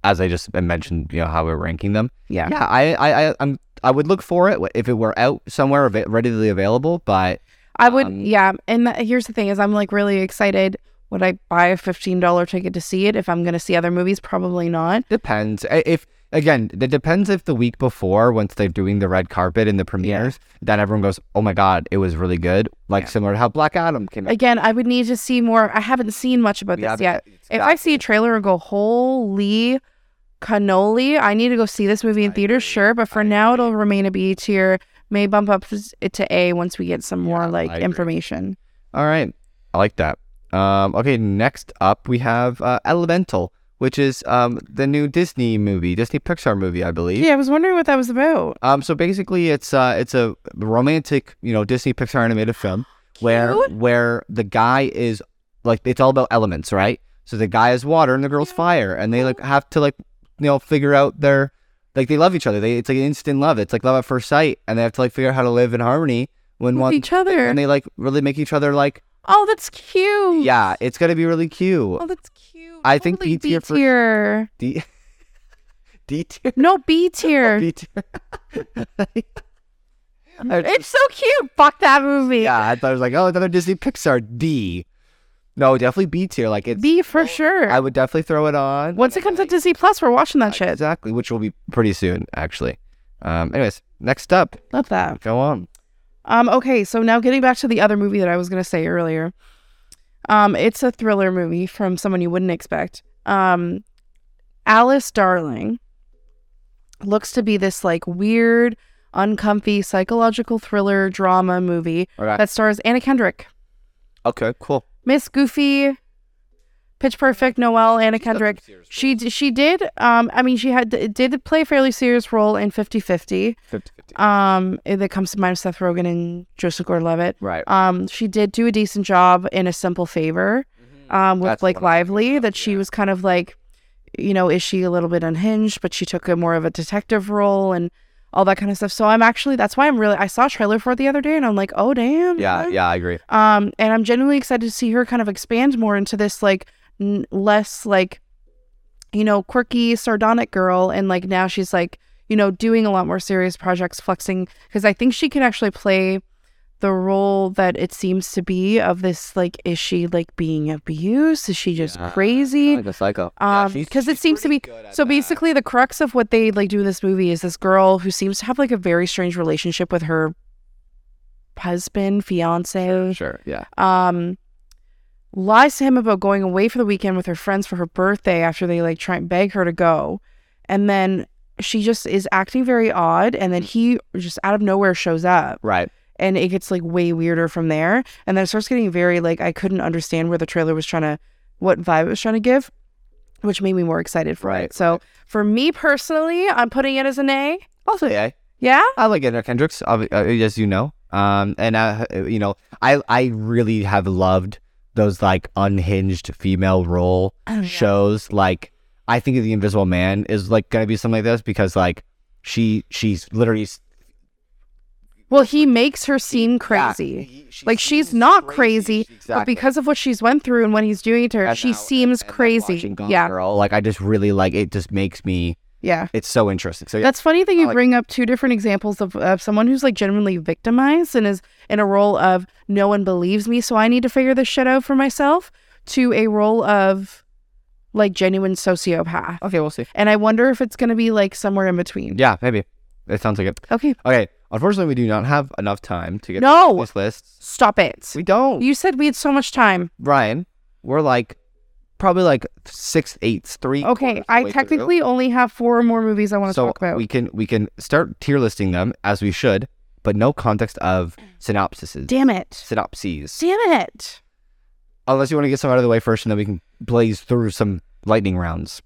as I just mentioned, you know how we're ranking them. Yeah. Yeah. I I I, I'm, I would look for it if it were out somewhere av- readily available, but I would, Um, yeah. And th- here's the thing: is I'm like really excited. Would I buy a fifteen dollar ticket to see it if I'm going to see other movies? Probably not. depends I- if. Again, it depends if the week before, once they're doing the red carpet and the premieres, then everyone goes, "Oh my god, it was really good!" Like similar to how Black Adam came out. Again, I would need to see more. I haven't seen much about Yeah, this yet. but it's If got- I see a trailer and go, holy cannoli, I need to go see this movie in I theaters, agree. sure. But for I now, it'll remain a B E tier. May bump up it to A once we get some more like I agree. information. All right. I like that. Um, okay, next up we have uh, Elemental, which is um, the new Disney movie, Disney Pixar movie, I believe. Yeah, I was wondering what that was about. Um, so basically, it's uh, it's a romantic, you know, Disney Pixar animated film where Cute. where the guy is like it's all about elements, right? So the guy is water and the girl's fire, and they like have to like you know figure out their like they love each other. They it's like instant love. It's like love at first sight, and they have to like figure out how to live in harmony when With one each other. and they like really make each other like oh, that's cute. yeah, it's gonna be really cute. Oh, that's cute. I think B tier for- tier. D D tier. No, B tier. B tier. it's so cute. Fuck that movie. yeah, I thought it was like, oh, another Disney Pixar D. No, definitely B tier. Like it's, B for sure. I would definitely throw it on. Once it comes to Disney Plus, we're watching that shit. Exactly, which will be pretty soon, actually. Um, anyways, next up, Love that. go on. Um, okay, so now getting back to the other movie that I was gonna say earlier. Um, it's a thriller movie from someone you wouldn't expect. Um, Alice Darling looks to be this like weird, uncomfy psychological thriller drama movie All right. that stars Anna Kendrick, Okay, cool. Miss Goofy, Pitch Perfect, Noelle, Anna Kendrick. She d- she did. Um, I mean, she had did play a fairly serious role in 50-50. 50, Um, that comes to mind of Seth Rogen and Joseph Gordon-Levitt. Right. Um, she did do a decent job in a simple favor um, with That's Blake what I'm thinking Lively. of, That she yeah. was kind of like, you know, is she a little bit unhinged? But she took a more of a detective role and all that kind of stuff. So I'm actually that's why I'm really I saw a trailer for it the other day and I'm like, oh damn. Yeah, okay. yeah, I agree. Um, and I'm genuinely excited to see her kind of expand more into this like n- less like, you know, quirky, sardonic girl, and like now she's like, you know, doing a lot more serious projects, flexing because I think she can actually play the role that it seems to be of this like, is she like being abused? Is she just Yeah, crazy? a psycho. Um, because it seems to be so basically the crux of what they like do in this movie is this girl who seems to have like a very strange relationship with her husband, fiance, Sure. Yeah. um lies to him about going away for the weekend with her friends for her birthday after they like try and beg her to go and then she just is acting very odd and then he just out of nowhere shows up Right. and it gets like way weirder from there and then it starts getting very like i couldn't understand where the trailer was trying to what vibe it was trying to give which made me more excited for Right, it so for me personally i'm putting it as an a I'll say A. yeah I like Anna Kendricks, obvi- uh, as you know. Um, and I, you know, I I really have loved those like unhinged female role Oh, yeah. shows. Like I think the Invisible Man is like gonna be something like this because like she she's literally s- well he makes her seem crazy Yeah, he- she like she's seems not crazy, but Exactly. because of what she's went through and what he's doing to her, And she now- seems and, like, crazy. watching Gone Yeah, Girl, like I just really like it. Just makes me. yeah. It's so interesting. So yeah, That's funny that you like- bring up two different examples of, of someone who's like genuinely victimized and is in a role of no one believes me, so I need to figure this shit out for myself, to a role of like genuine sociopath. okay, we'll see. And I wonder if it's going to be like somewhere in between. Yeah, maybe. It sounds like it. Okay, Okay, unfortunately, we do not have enough time to get No! through this list. stop it. We don't. You said we had so much time. Ryan, we're like probably like six eighths, three. quarters Okay, of the I way through. technically only have four more movies I want to so talk about. we can we can start tier listing them as we should, but no context of synopsises. Damn it. Synopses. Damn it. Unless you want to get some out of the way first, and then we can blaze through some lightning rounds.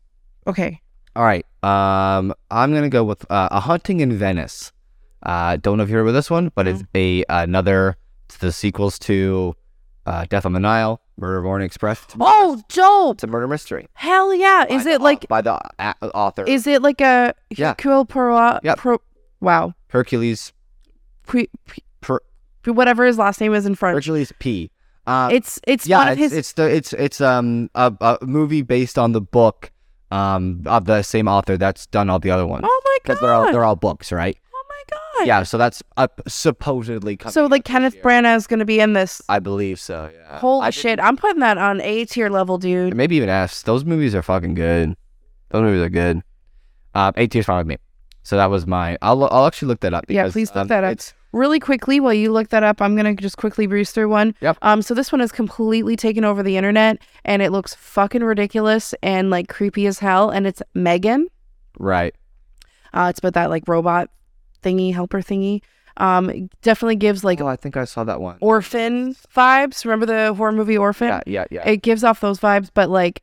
Okay. All right. Um, I'm gonna go with uh, a hunting in Venice. Uh, don't know if you're with this one, but it's a another it's the sequels to uh, Death on the Nile. Murder of Orient Express. It's a- Oh, dope! It's a murder mystery. Hell yeah! Is By it the- like? by the a- author Is it like a Yeah. Hercule Poirot? Yep. Pro, wow. Hercules Pre, pre- per, whatever his last name is in French. Hercules P. Uh, It's it's one yeah, of his. it's, it's the it's it's um a, a movie based on the book um of the same author that's done all the other ones oh my god! because they're all they're all books, right? oh my god! Yeah, so that's uh, supposedly coming. So like Kenneth Branagh's gonna be in this. I believe so. Yeah. Holy I didn't- shit! I'm putting that on A tier level, dude. Maybe even S. Those movies are fucking good. Those movies are good. Um, eight tears probably me. So that was my. I'll I'll actually look that up. Yeah, because, please look um, that up. it's- Really quickly, while you look that up, I'm gonna just quickly breeze through one. Yep. Um. So this one has completely taken over the internet, and it looks fucking ridiculous and like creepy as hell. And it's Megan. right. Uh, it's about that like robot thingy, helper thingy. Um, definitely gives like oh, I think I saw that one. orphan vibes. Remember the horror movie Orphan? yeah, yeah, yeah. It gives off those vibes, but like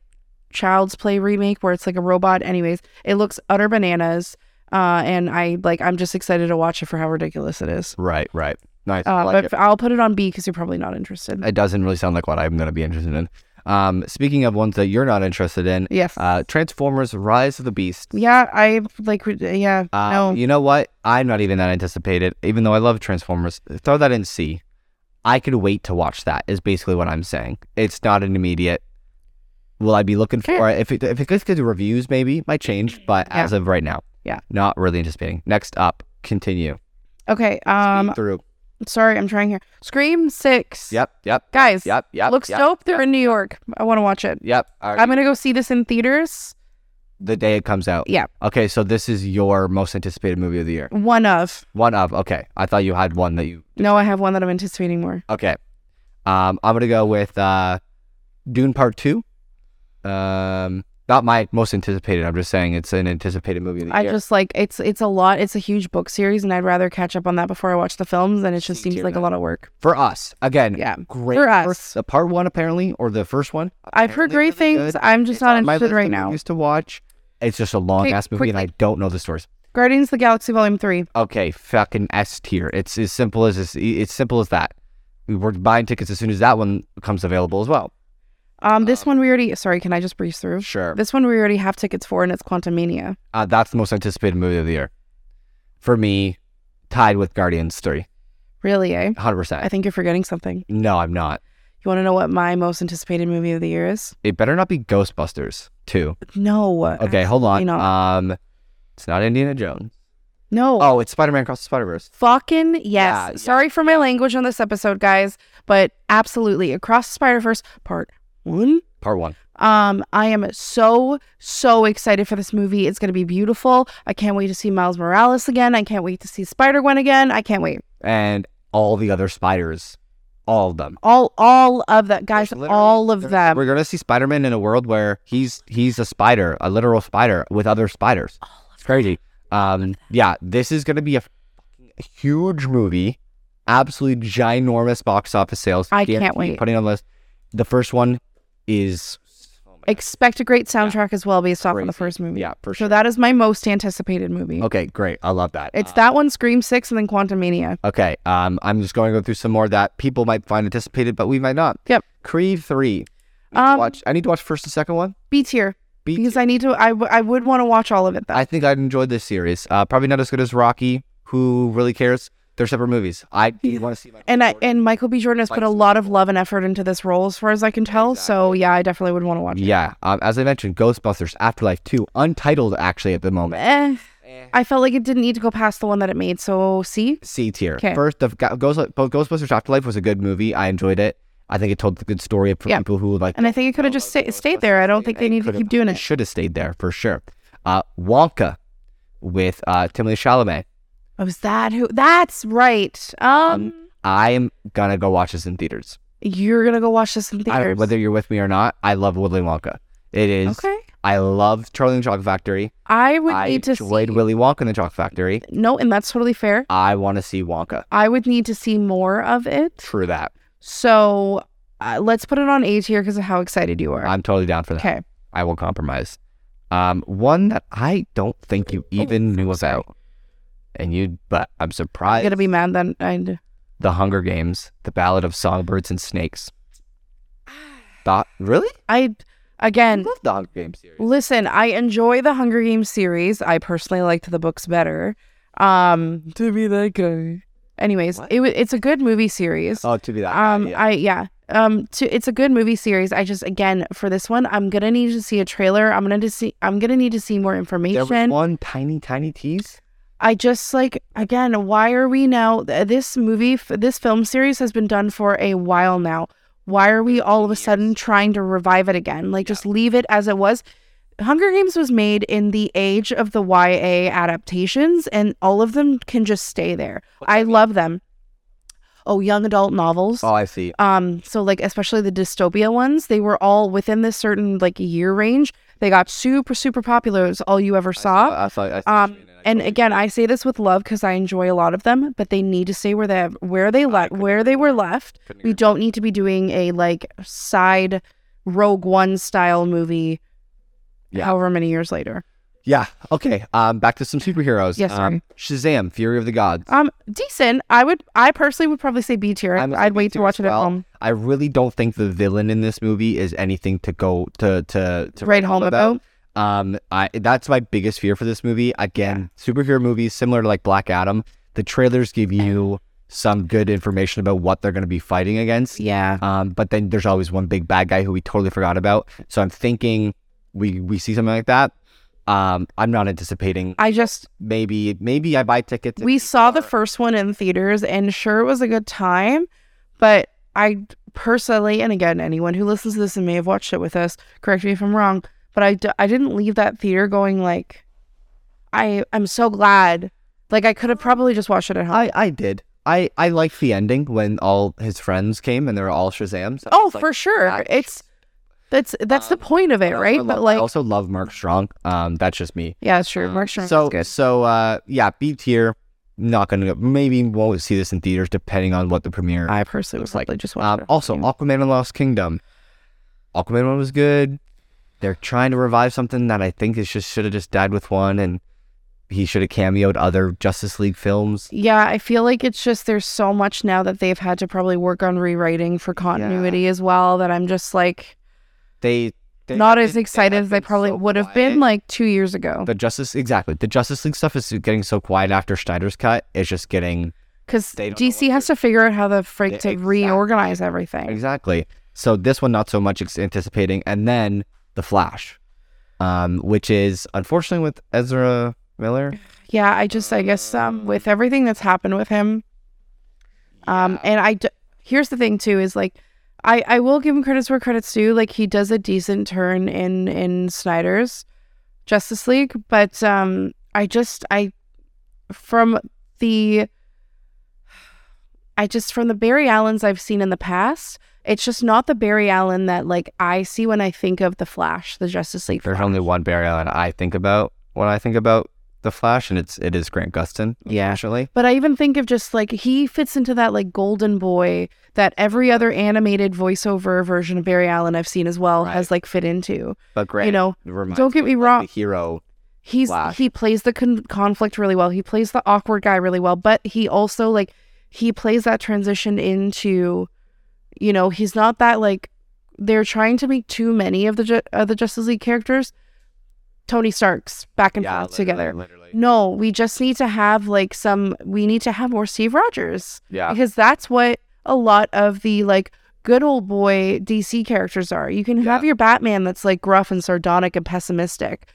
Child's Play remake where it's like a robot. Anyways, it looks utter bananas. Uh, and I like I'm just excited to watch it for how ridiculous it is. right, right. Nice. I Uh, like but it. I'll put it on B because you're probably not interested. it doesn't really sound like what I'm going to be interested in. Um, speaking of ones that you're not interested in, yes. uh, Transformers: Rise of the Beast. yeah, I like. re- Yeah, Uh, no. You know what? I'm not even that anticipated, even though I love Transformers. Throw that in C. I could wait to watch that. Is basically what I'm saying. It's not an immediate. Will I be looking Fair. for it? if it if it gets good reviews? Maybe might change, but Yeah. as of right now, Yeah. not really anticipating. Next up, continue. Okay. Speed Um. through. Sorry, I'm trying here. Scream Six. Yep, yep, Guys. yep, yep. looks yep, dope. They're in New York. I want to watch it. Yep. All right. I'm gonna go see this in theaters. the day it comes out. Yeah, Okay, so this is your most anticipated movie of the year. one of. One of. Okay, I thought you had one that you. No, I have one that I'm anticipating more. Okay, um, I'm gonna go with uh, Dune Part Two. Um, not my most anticipated. I'm just saying it's an anticipated movie of the I year. just like it's it's a lot. It's a huge book series, and I'd rather catch up on that before I watch the films. And it just Me seems too, like a man. lot of work. for us again. Yeah, great for first- us. The part one apparently, or the first one. I've heard Apparently great really things. good. I'm just It's not on my interested list right of now. Movies to watch. It's just a long Okay, ass movie, and I don't know the stories. Guardians of the Galaxy Volume Three. Okay, fucking S tier. It's as simple as this. It's simple as that. We were buying tickets as soon as that one becomes available as well. Um, this one we already. Sorry, can I just breeze through? Sure. This one we already have tickets for, and it's Quantumania. Uh, that's the most anticipated movie of the year. For me, tied with Guardians 3. Really, eh? 100%. I think you're forgetting something. You no, I'm not. want to know what my most anticipated movie of the year is? It better not be Ghostbusters 2. No. Okay, hold on. absolutely not. Um, It's not Indiana Jones. no. Oh, it's Spider Man Across the Spider Verse. Fucking yes. Yeah, yeah, Sorry for my language on this episode, guys, but absolutely. Across the Spider Verse Part One. Part 1. Um, I am so so excited for this movie. It's gonna be beautiful. I can't wait to see Miles Morales again. I can't wait to see Spider Gwen again. I can't wait. And all the other spiders. All of them. All all of that, guys. There's literally- All of there- them. We're gonna see Spider Man in a world where he's he's a spider, a literal spider with other spiders. It's crazy. Um, yeah, this is gonna be a fucking huge movie, absolutely ginormous box office sales. I Guaranteed can't wait. Putting on the list, the first one is Oh Expect a great soundtrack as well, based off of the Crazy. first movie. yeah for So sure. that is my most anticipated movie. okay, great. I love that. It's that one, Scream Six, and then Quantumania. okay. Um, I'm just going to go through some more that people might find anticipated, but we might not. Yep. Creed three. Need to Um, watch. I need to watch first and second one. B tier B because I need to. I, w- I would want to watch all of it though. I think I'd enjoyed this series. Uh, probably not as good as Rocky. Who really cares? They're separate movies. I want to see. Michael and I Jordan. and Michael B. Jordan has put a lot of love and effort into this role, as far as I can tell. So yeah, I definitely would want to watch it. yeah, um, as I mentioned, Ghostbusters Afterlife Two, untitled actually at the moment. Eh, I felt like it didn't need to go past the one that it made. So see, C tier. 'Kay. First, the Ga- Ghost, both Ghostbusters Afterlife was a good movie. I enjoyed it. I think it told a good story for Yeah. people who like. and I think it could have just sta- stayed there. I don't think they need to keep doing it. Should have stayed there for sure. Uh, Wonka, with uh, Timothy Chalamet. Oh, is that who? That's right. Um, I am gonna go watch this in theaters. you're gonna go watch this in I don't- theaters. whether you're with me or not, I love Willy Wonka. It is. okay, I love Charlie and the Chocolate Factory. I would I need to see. enjoyed Willy Wonka in the Chocolate Factory. no, and that's totally fair. I want to see Wonka. I would need to see more of it. True that. So uh, let's put it on A tier because of how excited you are. I'm totally down for that. okay. I will compromise. Um, one that I don't think you Oh, even knew about, and you, but I'm I'm surprised. gonna be mad then. I The Hunger Games, The Ballad of Songbirds and Snakes. thought. Really? I I again love the Hunger Games series. listen. I enjoy the Hunger Games series. I personally liked the books better. Um, to be that guy. Anyways, What? it wa- it's a good movie series. Oh, to be that. guy, Um, yeah. I yeah. Um, to, it's a good movie series. I just again for this one, I'm gonna need to see a trailer. I'm gonna to see. I'm gonna need to see more there was information. one tiny, tiny tease. I just like again, why are we now? th- This movie, f- this film series has been done for a while now. Why are we all of a sudden trying to revive it again? Like just leave it as it was. Hunger Games was made in the age of the YA adaptations, and all of them can just stay there. I love them. Oh, young adult novels Oh, I see. um so like especially the dystopia ones they were all within this certain like year range they got super super popular it's all you ever saw I saw. I saw um and again i say this with love because i enjoy a lot of them but they need to stay where they where they left where they were left we don't need to be doing a like side rogue one style movie Yeah. however many years later yeah. Okay. Um, back to some superheroes. Yes, Um, Shazam: Fury of the Gods. um decent i would i personally would probably say b tier I'm a i'd wait to B-tier watch as it at well. home I really don't think the villain in this movie is anything to go to to to right home about Um, I that's my biggest fear for this movie. Again, superhero movies similar to like Black Adam. The trailers give you some good information about what they're going to be fighting against. yeah Um, but then there's always one big bad guy who we totally forgot about. So I'm thinking we we see something like that. Um, I'm not anticipating. i just Maybe maybe I buy tickets. if we people saw the are- first one in theaters and sure it was a good time but i personally and again anyone who listens to this and may have watched it with us correct me if i'm wrong but i, d- I didn't leave that theater going like i i'm so glad like i could have probably just watched it at home I I did. I I liked the ending when all his friends came and they were all Shazam. So I oh was like, um, for sure I- it's that's that's the point of it I also right love- but I like also love Mark Strong. Um, that's just me. yeah sure Um, mark Strong so is good so uh yeah, B tier. Not gonna go. Maybe won't see this in theaters depending on what the premiere. i personally would looks like- probably just watch Um, it also, Yeah. Aquaman and Lost Kingdom. Aquaman one was good. They're trying to revive something that I think is just should have just died with one, and he should have cameoed other Justice League films. Yeah, I feel like it's just there's so much now that they've had to probably work on rewriting for continuity as well that I'm just like They, they not have as been- excited have as I been probably so would have quiet. been like two years ago. the Justice exactly the Justice League stuff is getting so quiet after Snyder's cut. It's just getting Because they don't know what DC has to figure out how the frick They- to exactly. reorganize everything. exactly. So this one not so much ex- anticipating, and then the Flash, um, which is unfortunately with Ezra Miller. Yeah, I just I guess um with everything that's happened with him, um and I d- here's the thing too is like I I will give him credits where credits due like he does a decent turn in in Snyder's Justice League but um I just I from the I just from the Barry Allens I've seen in the past it's just not the Barry Allen that like I see when I think of the Flash the Justice League There's Flash. only one Barry Allen I think about when I think about the Flash, and it's it is Grant Gustin. Yeah. actually, But I even think of just like he fits into that like golden boy that every other animated voiceover version of Barry Allen I've seen as well has Right. like fit into. but Grant, You know, reminds don't get me of, wrong. the hero. He's Flash. he plays the con- conflict really well. He plays the awkward guy really well, but he also like he plays that transition into you know, he's not that like they're trying to make too many of the ju- of the Justice League characters Tony Stark's back and forth together. literally. No, we just need to have like some we need to have more Steve Rogers. Yeah, because that's what a lot of the like good old boy DC characters are. You can have your Batman that's like gruff and sardonic and pessimistic.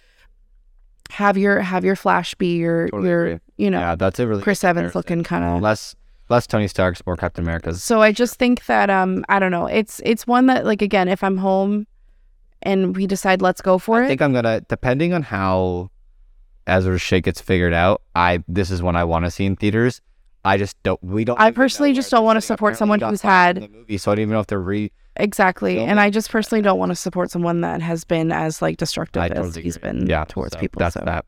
Have your have your Flash be your Totally your agree. you know yeah, that's a really Chris good Evans comparison. looking uh, kind of. less less Tony Stark's, more Captain America's. So I just think that um I don't know it's it's one that like again if I'm home and we decide let's go for I it think I'm gonna depending on how Ezra's shit gets figured out. I this is one I want to see in theaters. I just don't. We don't. I even know personally where just they're don't wanna sitting. support Apparently someone he got who's fired from had- the movie, so I don't even know if they're re. exactly Don't and let- I just personally don't want to support someone that has been as like destructive I as totally he's agree. been yeah, towards so people That's so that.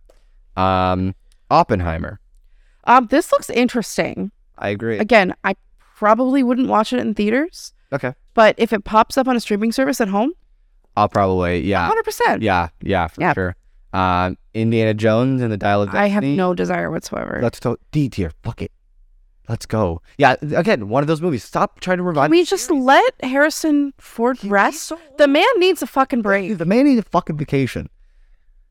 Um, Oppenheimer. um this looks interesting I agree. again, I probably wouldn't watch it in theaters, okay, but if it pops up on a streaming service at home, I'll probably yeah, 100%. Ah, yeah, yeah for Yeah. sure. Um, Indiana Jones and the Dial of I have Destiny. no desire whatsoever. Let's go D tier. Fuck it. Let's go. Yeah, again, one of those movies. Stop trying to revive. we just let Harrison Ford rest. the man needs a fucking break. the man needs a fucking vacation.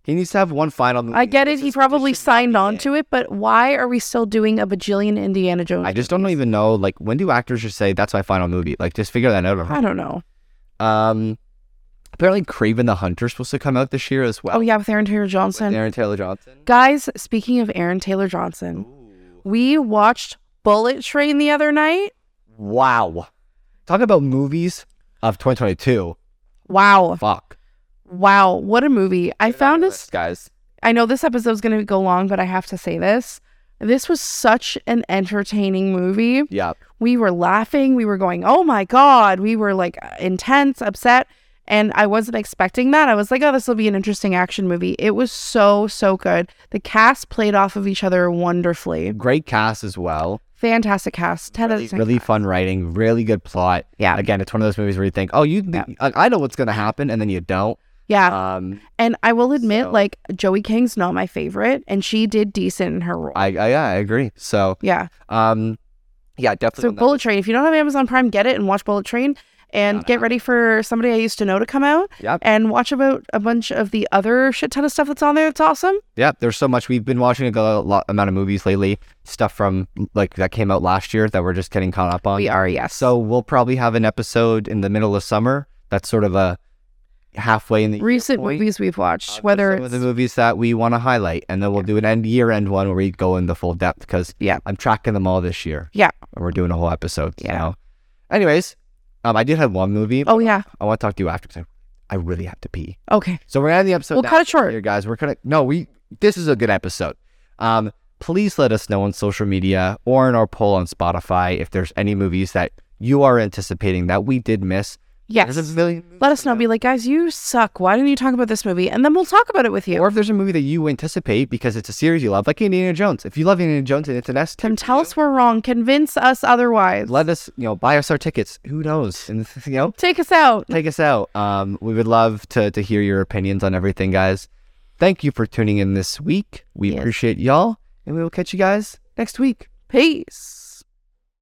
He needs to have one final. I get it. He probably signed on to it, but why are we still doing a bajillion Indiana Jones? I just don't even know. Like, when do actors just say that's my final movie? Like, just figure that out. I don't know. Um, apparently, Craven the Hunter's supposed to come out this year as well. Oh yeah, with Aaron Taylor Johnson. Aaron Taylor Johnson. Guys, speaking of Aaron Taylor Johnson, we watched Bullet Train the other night. Wow. Talk about movies of 2022. Wow. Fuck. Wow. What a movie. I found this guys. I know this episode's going to go long, but I have to say this. This was such an entertaining movie. Yeah. We were laughing. We were going, oh my God. We were like intense, upset. And I wasn't expecting that. I was like, oh, this will be an interesting action movie. It was so, so good. The cast played off of each other wonderfully. Great cast as well. Fantastic cast. 10 out of 10 Really fun writing. Really good plot. Yeah. Again, it's one of those movies where you think, oh, you, I, I know what's gonna happen, and then you don't. Yeah. Um, and I will admit, so- like, Joey King's not my favorite, and she did decent in her role. I, I yeah, I agree. So, yeah. um, yeah, So definitely. one that- Bullet Train. If you don't have Amazon Prime, get it and watch Bullet Train. And get ready for somebody I used to know to come out Yep. and watch about a bunch of the other shit ton of stuff that's on there. That's awesome. Yeah, there's so much. We've been watching a go- lot amount of movies lately. Stuff from like that came out last year that we're just getting caught up on. We are, yes. So we'll probably have an episode in the middle of summer. That's sort of a halfway in the year recent point. movies we've watched, Uh, whether some of it's the movies that we want to highlight, and then we'll do an end year end one where we go in the full depth because Yeah. I'm tracking them all this year. Yeah. and we're doing a whole episode. Yeah. so. Anyways, um, I did have one movie. oh yeah, I want to talk to you after because I, I really have to pee. okay, So we're gonna end the episode. We'll now. cut it short. here, guys. We're gonna no. We this is a good episode. Um, please let us know on social media or in our poll on Spotify if there's any movies that you are anticipating that we did miss. yes. There's a million. Let us know. Be like, guys, you suck. Why didn't you talk about this movie? And then we'll talk about it with you. Or if there's a movie that you anticipate because it's a series you love, like Indiana Jones. If you love Indiana Jones and it's an S, Tim, tell us we're wrong. Convince us otherwise. let us you know buy us our tickets. Who knows? And you know Take us out. take us out. Um, we would love to to hear your opinions on everything, guys. Thank you for tuning in this week. We Yes. appreciate y'all, and we will catch you guys next week. Peace.